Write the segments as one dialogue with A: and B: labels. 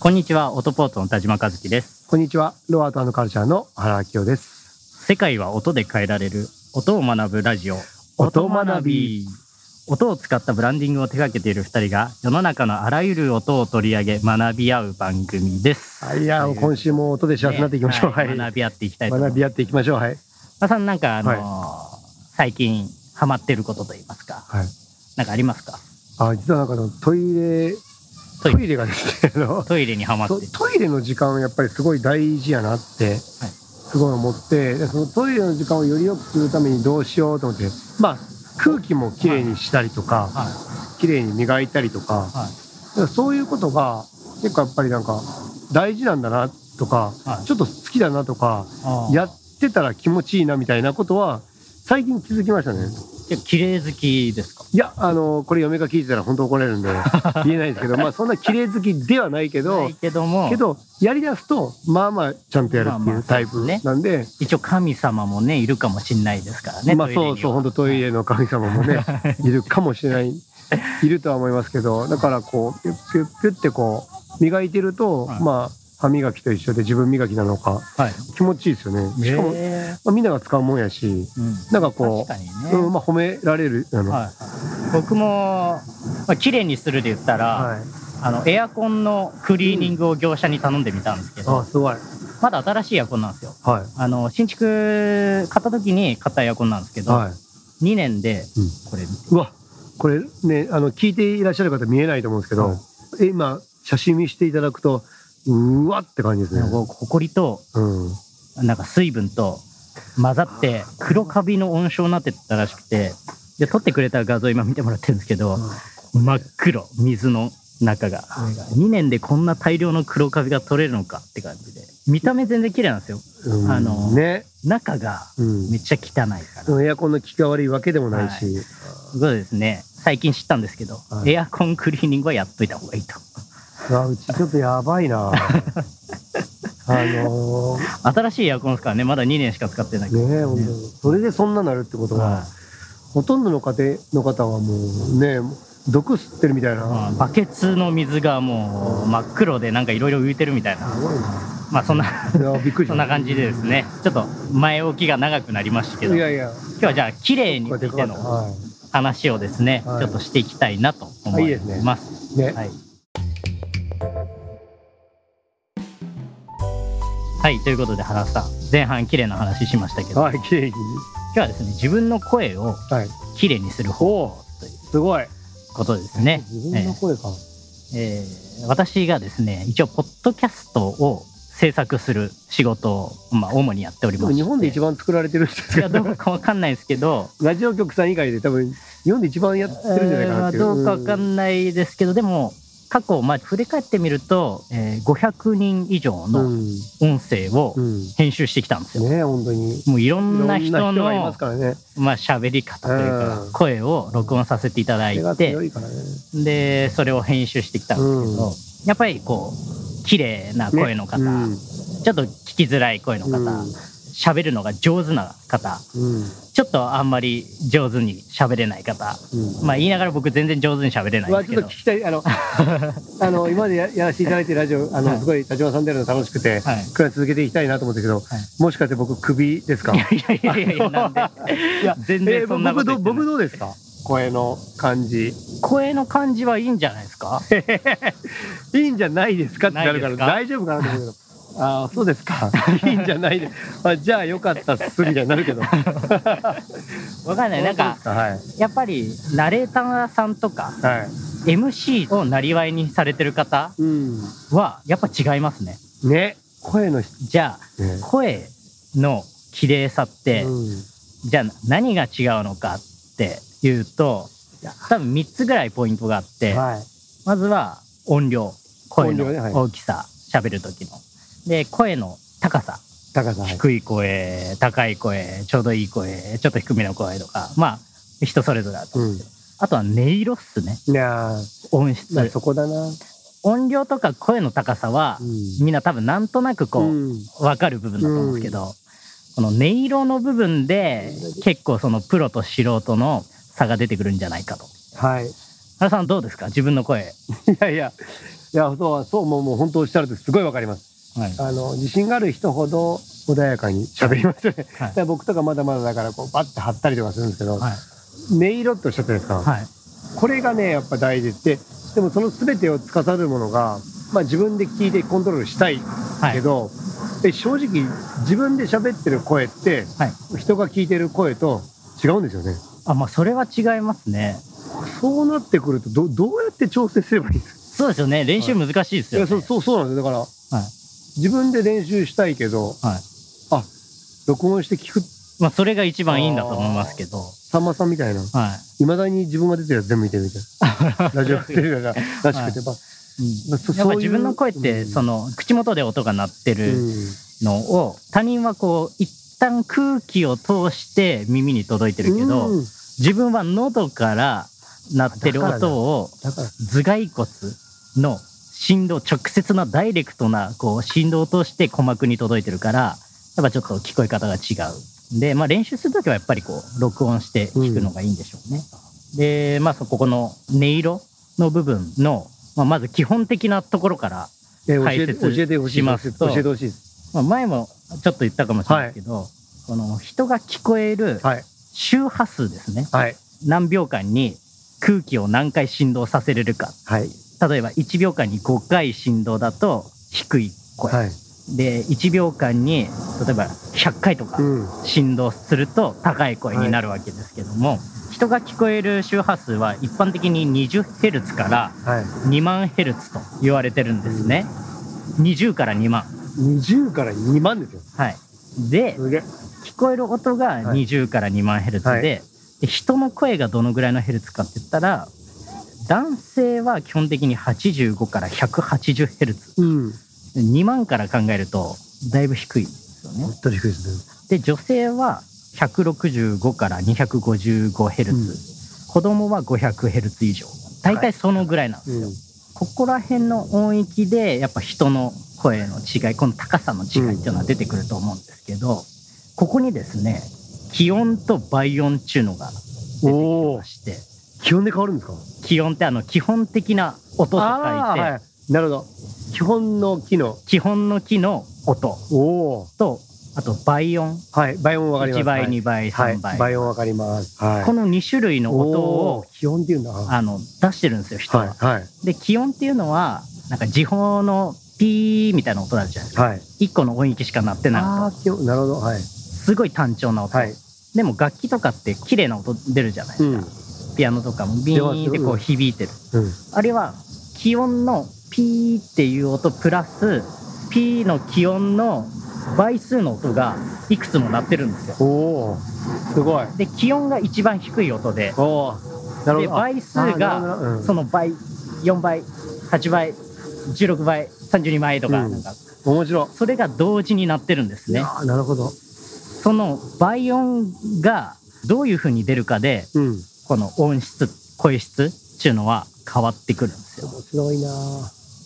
A: こんにちは、オトポートの田島和樹です。
B: こんにちは。ロアートカルチャーの原明夫です。
A: 世界は音で変えられる、音を学ぶラジオ、
B: 音学び。
A: 音を使ったブランディングを手掛けている二人が、世の中のあらゆる音を取り上げ、学び合う番組です。
B: はい、いや、
A: とう
B: 今週も音で幸せになっていきましょう。
A: ね
B: はい。
A: 学び合っていきたいと思いま
B: 学
A: す。
B: び合っていきましょう。はい。
A: まさん、なんかあのー最近、ハマってることといいますか、
B: はい。
A: なんかありますか
B: あ、実はなんかあのトイレ、
A: ト
B: ト
A: イレ
B: イレがですね、あの、
A: トイレにハマって
B: ト
A: る。
B: トイレの時間はやっぱりすごい大事やなって、すごい思って、でそのトイレの時間をより良くするためにどうしようと思って、まあ、空気もきれいにしたりとか、
A: はい。
B: きれいに磨いたりとか、
A: は
B: だからそういうことが結構やっぱりなんか大事なんだなとか、
A: はい
B: ちょっと好きだなとか、
A: あー
B: やってたら気持ちいいなみたいなことは最近気づきましたね
A: いや綺麗好きですか
B: いやあのこれ嫁が聞いてたら本当怒られるんで 言えないんですけどまあそんな綺麗好きではないけ
A: な
B: ど
A: いけども、
B: けどやりだすとまあまあちゃんとやるっ
A: ま
B: て
A: あ
B: い
A: まあ
B: うタイプなんで、
A: 一応神様もね、いるかもしんないですからね。
B: まあ
A: トイレに
B: そ
A: は
B: うそう本当トイレの神様もねいるかもし れないいるとは思いますけどだからこうピュッピュッピュッってこう磨いてると、
A: はい
B: まあ歯磨きと一緒で自分磨きなのか
A: はい。
B: 気持ちいいですよねしかも、
A: え
B: まあ、みんなが使うもんやし
A: ーうん
B: なんかこう
A: 確かにね。
B: うん、まあ褒められるあの、
A: はい、僕も、まあ綺麗にするで言ったら、
B: はい、
A: あのエアコンのクリーニングを業者に頼んでみたんですけど、
B: あすごい
A: まだ新しいエアコンなんですよ
B: は
A: あの新築買った時に買ったエアコンなんですけ
B: い
A: ど、
B: はい
A: 2年で
B: う
A: こ
B: ん
A: れ見て、
B: うわこれねあの聞いていらっしゃる方見えないと思うんですけど、
A: はい
B: え今写真見していただくとうわって感じですね、
A: こうほこりと
B: うん、
A: なんか水分と混ざって黒カビの温床になってたらしくてで撮ってくれた画像今見てもらってるんですけど、真っ黒水の中が2年でこんな大量の黒カビが取れるのかって感じで見た目全然綺麗なんですよ
B: うん
A: あの
B: ね、
A: 中が
B: うん
A: めっちゃ汚いから
B: そのエアコンの効きが悪いわけでもないし、
A: そうですね最近知ったんですけど、
B: はい
A: エアコンクリーニングはやっといた方がいいと
B: うわうちちょっとやば いなあのー
A: 新しいエアコンですからねまだ2年しか使ってないから
B: ね本当にそれでそんななるってことは、
A: はい
B: ほとんどの家庭の方はもうね毒吸ってるみたいな、
A: まあバケツの水がもう真っ黒でなんかいろいろ浮いてるみたいな
B: すごいな
A: まあそんな
B: いやびっくりし
A: そ
B: た
A: んな感じでですねちょっと前置きが長くなりましたけど
B: い
A: 今
B: やいや
A: 日はじゃあ綺麗に
B: こ
A: つ
B: れで
A: い
B: かか
A: て
B: った
A: の
B: は
A: 話をですね、
B: はい
A: ちょっとしていきたいなと思
B: あいい
A: い
B: ですね
A: ます。
B: いね、
A: はい。はい、ということで原さん、前半綺麗な話しましたけど、
B: はい、綺麗に。
A: 今日はですね、自分の声を
B: はい。
A: 綺麗にする方法という
B: すごい。
A: ことですね。
B: 自分の声か。
A: えー私がですね、一応ポッドキャストを制作する仕事をまあ主にやっており
B: で
A: ま
B: も
A: す。
B: 日本で一
A: 番
B: 番作られてるんです
A: い
B: け
A: やど
B: ど、
A: うかわかんないですけど、
B: ラジオ局さん以外で多分、日本で一番やってるんじゃないかなっていう。
A: えーまあどうかわか
B: い。
A: んないですけど、でも過去、まあ、振り返ってみると、えー500人以上
B: う
A: の
B: ん。
A: 音声を
B: うん。
A: 編集してきたんですよ。
B: ねえ本当に。
A: もういろ
B: い
A: ん
B: ろん
A: な
B: な
A: 人
B: 人
A: の
B: がいます
A: ま
B: からね。
A: あ喋り方というか
B: うん
A: 声を録音させていただ
B: それ
A: い
B: が
A: て
B: 強いからね。
A: でそれを編集してきたんですけど、
B: うん
A: やっぱりこう綺麗な声の方、
B: ねうん
A: ちょっと聞きづらい声の方
B: うん
A: 喋、るのが上手な方
B: うん。
A: ちょっとあんまり上手に喋れない方
B: うん。
A: まあ言いながら僕全然上手に喋れないん
B: う
A: で
B: わ
A: す
B: ち
A: け
B: ょっ
A: ど
B: と聞。きたい、 あの、あの、今までややらせていただいてるラジオ、あ
A: は
B: の、
A: い
B: すごい、田島さんでやるの楽しくて、
A: はい
B: これは続けていきたいなと思ったけど、もしかして僕、首ですか
A: いやいや いやいや、なんで。
B: いや
A: 全然そんなこと言
B: え
A: っ
B: ー
A: て
B: 僕
A: ない
B: ど僕どうですか声の感じ
A: 声の感じはいいんじゃないですか
B: いいんじゃないですかってなるから
A: な
B: 大丈夫かなと 思うけどああそうですか いいんじゃないですあじゃあよかったっすみたいにな るけど
A: わかんない。なんか、
B: はい
A: やっぱり、ナレーターさんとか、
B: はい
A: MC をなりわいにされてる方
B: うん
A: は、やっぱ違いますね。
B: ね声の質
A: じゃあ、
B: ね
A: 声の綺麗さって、
B: うん
A: じゃあ何が違うのかっていうと、多分3つぐらいポイントがあって、
B: はい
A: まずは音量、声の
B: 音量ねはい
A: 大きさ、喋る時の。で、声の高さ。
B: 高さはい
A: 低い声、高い声、ちょうどいい声、ちょっと低めの声とか、まあ、人それぞれだと思うんですけど、あとは音色っすね。
B: いやー
A: 音質。
B: まあそこだな
A: 音量とか声の高さは、
B: うん
A: みんな多分なんとなくこう、
B: うん
A: わかる部分だと思うんですけど、この音色の部分で、結構そのプロと素人の差が出てくるんじゃないかと。
B: はい
A: 原さんどうですか自分の声。
B: いやいやいや、そう、そう、もう、もう本当おっしゃるとすごいわかります。
A: はい。
B: あの、自信がある人ほど穏やかに喋りますよね。
A: はい
B: だから僕とかまだまだだから、こう、バッて貼ったりとかするんですけど、
A: はい。
B: 音色っておっしゃったじゃないですか。
A: はい。
B: これがね、やっぱ大事で、でもその全てを司るものが、まあ自分で聞いてコントロールしたい
A: はい。
B: けど、え正直自分で喋ってる声って、
A: はい
B: 人が聞いてる声と違うんですよね。
A: あ、まあ、それは違いますね。
B: そうなってくると、どどうやって調整すればいいんですか
A: そうですよね。練習難しいです
B: い
A: よ
B: や
A: ね。
B: そうそうそうなんですよ。だから、
A: はい。
B: 自分で練習したいけど、
A: はい。
B: 録音して聞く、
A: まあ、それが一番いいんだと思いますけど。
B: さんまさんみたいな、
A: はい
B: まだに自分が出てるやつ全部見てるみたい な。ラジオやってるららしくて、まあ
A: い。
B: まあそ
A: やっ
B: そう
A: ぱ
B: いう
A: 自分の声って、その、口元で音が鳴って
B: うん
A: るのを、他人はこう、一旦空気を通して耳に届いてるけど、
B: うん
A: 自分は喉から鳴ってる
B: だからだ
A: 音を、
B: だから、
A: 頭蓋骨の振動直接なダイレクトなこう振動を通して鼓膜に届いてるからやっぱちょっと聞こえ方が違うんで、まあ、練習するときはやっぱりこう録音して聞くのがいいんでしょうね。で、まあ、そここの音色の部分の、まあ、まず基本的なところから、
B: え教
A: 解
B: えて、
A: 説
B: 教えてほしい。
A: し
B: 教え
A: ま
B: て
A: す
B: 教
A: と
B: えてほしいです。
A: まあ、前もちょっと言ったかもしれないけど、この人が聞こえる
B: はい。
A: 周波数ですね
B: はい。
A: 何秒間に空気を何回振動させれるか
B: はい。
A: 例えば1秒間に5回振動だと低い声、
B: はい。
A: で1秒間に例えば100回とか
B: うん。
A: 振動すると高い声になるわけですけども、人が聞こえる周波数は一般的に 20Hz から
B: はい。
A: 2万 Hz と言われてるんですね、20から2万
B: 20から2万ですよ。
A: はいです
B: げえ。
A: 聞こえる音が
B: はい
A: 20から2万ヘルツで,、
B: はい
A: で人の声がどのぐらいのヘルツかって言ったら男性は基本的に85から180ヘルツ
B: うん。
A: 2万から考えるとだいぶ低いですよね
B: 本当に低いですね。
A: で女性は165から255ヘルツ、子供は500ヘルツ以上大体そのぐらいなんですよ、
B: うん。
A: ここら辺の音域でやっぱ人の声の違いこの高さの違いっていうのは出てくると思うんですけど、ここにですね気温と倍音っていうのが出てきまして
B: 気温で変わるんですか
A: 気温ってあの基本的な音と書いて、
B: ーはい。なるほど。基本の機能。
A: 基本の木の音
B: おお。
A: とあと倍音
B: はい。倍音わかります。
A: 1倍2
B: 倍
A: 倍
B: はい。
A: 3倍、
B: 倍音わかります。はい。
A: この2種類の音
B: お
A: を
B: ー基本っていうんだ。は
A: あの出してるんですよ人は。
B: い。はい。
A: で気温っていうのはなんか時報のピーみたいな音あるじゃないですか
B: はい。
A: 1個の音域しか鳴ってない
B: ああー、基本。なるほど。はい。
A: すごい単調な音、
B: はい。
A: でも楽器とかって綺麗な音出るじゃない、
B: うん。うん。
A: ピアノとかもビーンってこう響いてる、あれは気温のピーっていう音プラスピーの気温の倍数の音がいくつも鳴ってるんですよ
B: おお。すごい。
A: で気温が一番低い音で
B: おお。なるほ
A: で
B: ど。
A: 倍数
B: あーなるほ
A: が
B: どなうん
A: その倍4倍8倍16倍32倍とか
B: うん
A: なんか
B: 面白い。
A: それが同時に鳴ってるんですね
B: あーなるほど。
A: その倍音がどういう風に出るかで
B: うん。
A: この音質声質っていうのは変わってくるんですよ
B: 面白いな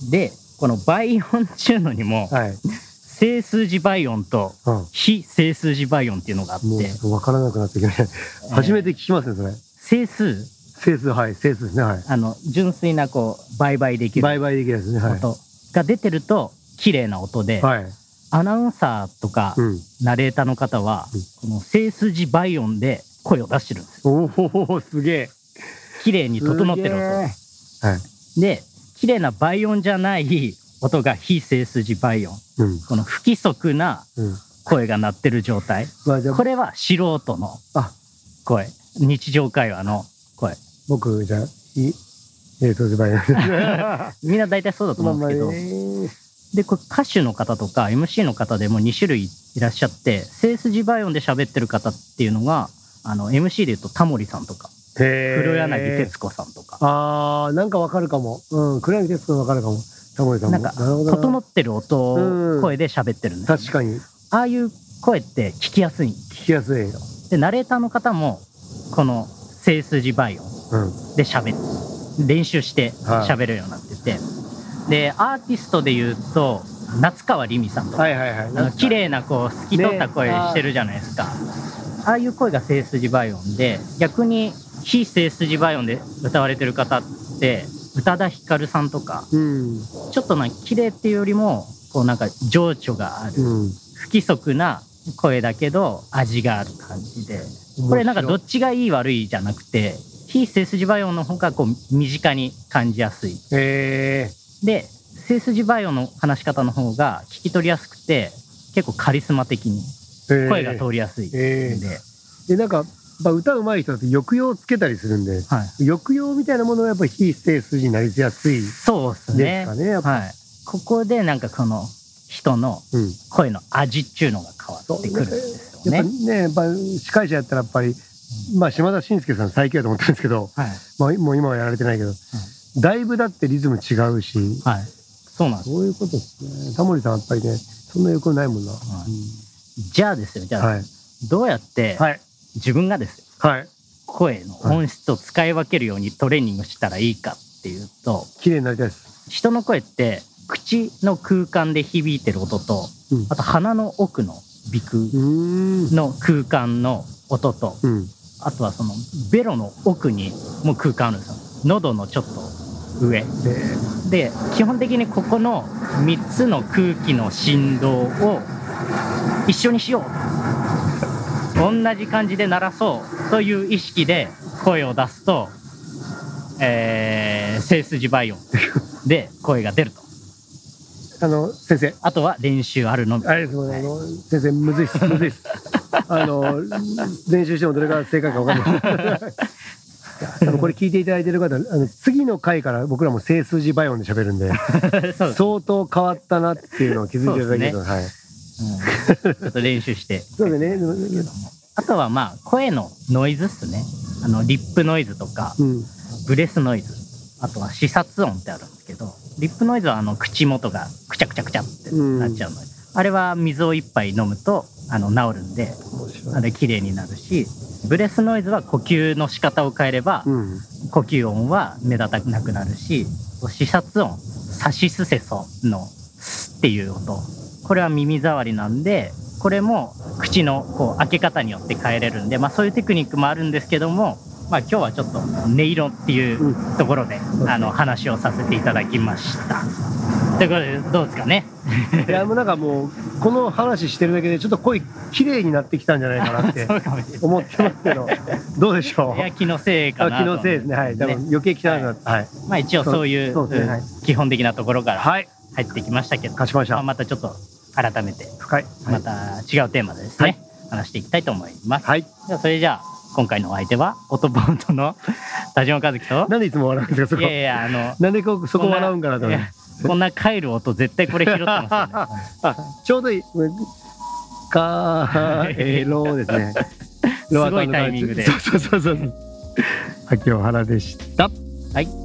B: ー
A: でこの倍音っていうのにも
B: はい。
A: 整数字倍音と
B: うん。
A: 非整数字倍音っていうのがあって
B: もう分からなくなってきました。初めて聞きますね、それ。
A: 整数
B: 整数、はい、整数ですね、はい。
A: あの純粋なこう倍々できる
B: 売買できるやつね、はい。
A: 音が出てると綺麗な音で、
B: はい。
A: アナウンサーとか
B: うん。
A: ナレーターの方は
B: うん
A: この整数字倍音で声を出してるんですよ
B: おお、すげえ。
A: 綺麗に整ってる
B: すげえ
A: 音
B: はい。
A: で綺麗な倍音じゃない音が非整数字倍音
B: うん。
A: この不規則な
B: うん。
A: 声が鳴ってる状態。
B: まあ、じゃあ、
A: これは素人の
B: あ、
A: 声。日常会話の声。
B: 僕、じゃあ、いい。えー、当時売買。
A: みんな大体そうだと思うんですけど。
B: え
A: で、これ歌手の方とか MC の方でも2種類いらっしゃって、正筋倍音で喋ってる方っていうのが、あの、MC で言うとタモリさんとか、
B: へー
A: 黒柳徹子さんとか、
B: あー、なんかわかるかも。うん、黒柳徹子わかるかも。タモリさん
A: な
B: も。
A: んか
B: るほどな
A: 整ってる音
B: うん
A: を声で喋ってるんですよ。
B: 確かに、
A: ああいう声って聞きやすい。
B: 聞きやすい。うん。
A: で、ナレーターの方も、この正筋倍音で喋る練習して喋るようになってて、でアーティストで言うと夏川りみさんとか、
B: はいはいはい。
A: あの綺
B: 麗。
A: 麗なこう透き通った声してるじゃないですか、ああいう声が正筋倍音で逆に非正筋倍音で歌われてる方って宇多田ヒカルさんとか、
B: うん。
A: ちょっとな、綺麗っていうよりも、こうなんか情緒がある。
B: うん。
A: 不規則な声だけど味がある感じでこれなんかどっちがいい悪いじゃなくて非背筋バイオンの方がこう身近に感じやすい
B: え
A: で背筋バイオンの話し方の方が聞き取りやすくて結構カリスマ的に
B: ーえー。
A: 声が通りやすいんで、
B: えーで、なんか、まあ、歌うまい人だと抑揚つけたりするんで、
A: はい、
B: 抑揚みたいなものはやっぱり非正筋になりやすいで
A: そうっす
B: す
A: ね
B: かね。やっぱ
A: はい、ここでなんかこの人の
B: うん。
A: 声の味っちゅうのが変わってくるんですよ
B: やっぱ
A: ね。
B: りね、やっぱ司会者やったらやっぱり、まあ島田紳介さん最強だと思ってるんですけど、
A: はい
B: まあ、もう今はやられてないけど、だいぶだってリズム違うし、
A: はい、そうなんです
B: そういうことですね。タモリさんやっぱりね、そんな欲ないもんな。
A: は
B: う
A: じゃあですよじ
B: ん
A: ゃあ、
B: はい。
A: どうやって
B: はい。
A: 自分がですよ
B: はい。
A: 声の本質を使い分けるようにトレーニングしたらいいかっていうと
B: 綺麗になりたいです。
A: 人の声って口の空間で響いてる音と
B: うん。
A: あと鼻の奥の鼻腔
B: うーん。
A: の空間の音と
B: うん。
A: あとはそのベロの奥にもう空間あるんですよ喉のちょっと上
B: え
A: で基本的にここの3つの空気の振動を一緒にしよう同じ感じで鳴らそうという意識で声を出すと、えー、背筋倍音で声が出ると
B: ーあの、先生。
A: あとは練習あるのみ
B: あれですもんね、あの先生、むずいっす、むずいっ す。あの、練習してもどれが正解か 分かんない。いや多分これ聞いていただいてる方、あの次の回から僕らも正数字倍音で喋るんで、
A: そうです、
B: 相当変わったなっていうのを気づいていただけると、はい。
A: うんちょっと練習して
B: そうですね、でも
A: あとはまあ声のノイズっすねあのリップノイズとか
B: うん、
A: ブレスノイズあとは視察音ってあるんですけどリップノイズはあの口元がくちゃくちゃくちゃってなっちゃうので、あれは水を一杯飲むとあの治るんで
B: 面白
A: あ
B: い。
A: れ綺麗になるしブレスノイズは呼吸の仕方を変えれば、
B: うん、
A: 呼吸音は目立たなくなるし視察音サシスセソの「ス」っていう音これは耳障りなんでこれも口のこう開け方によって変えれるんで、まあ、そういうテクニックもあるんですけども、まあ、今日はちょっと音色っていうところで、あの話をさせていただきました。ということでどうですかね
B: いや、もうなんかもう、この話してるだけで、ちょっと声、綺麗になってきたんじゃないかなって
A: そうかもしれない。
B: 思ってますけど、どうでしょ
A: いや
B: う。
A: 気のせいかな
B: あ
A: と
B: 気のせいですね、はい、多分余計汚くなって、はい。
A: まあ、一応そういう
B: そうそうですねはい
A: うん基本的なところから
B: はい、
A: 入ってきましたけど、
B: 勝ちまし
A: まあ、
B: た。
A: またちょっと改めて
B: 深い。
A: また違うテーマでですね、
B: はい
A: 話していきたいと思います。
B: はい。
A: じゃあそれじゃあ今回のお相手はオトポント の田島和樹と
B: なんでいつも笑うんですか、そ
A: い
B: こ
A: や。いやあの
B: なんでこうそこ笑うんかなと
A: い
B: 思っ
A: やこんな帰る音絶対これ拾ってます
B: て。あ、ちょうどいい。かー、えろですね。
A: すごいタイミングで
B: そうそうそうそう。秋尾原でした。
A: よね。はい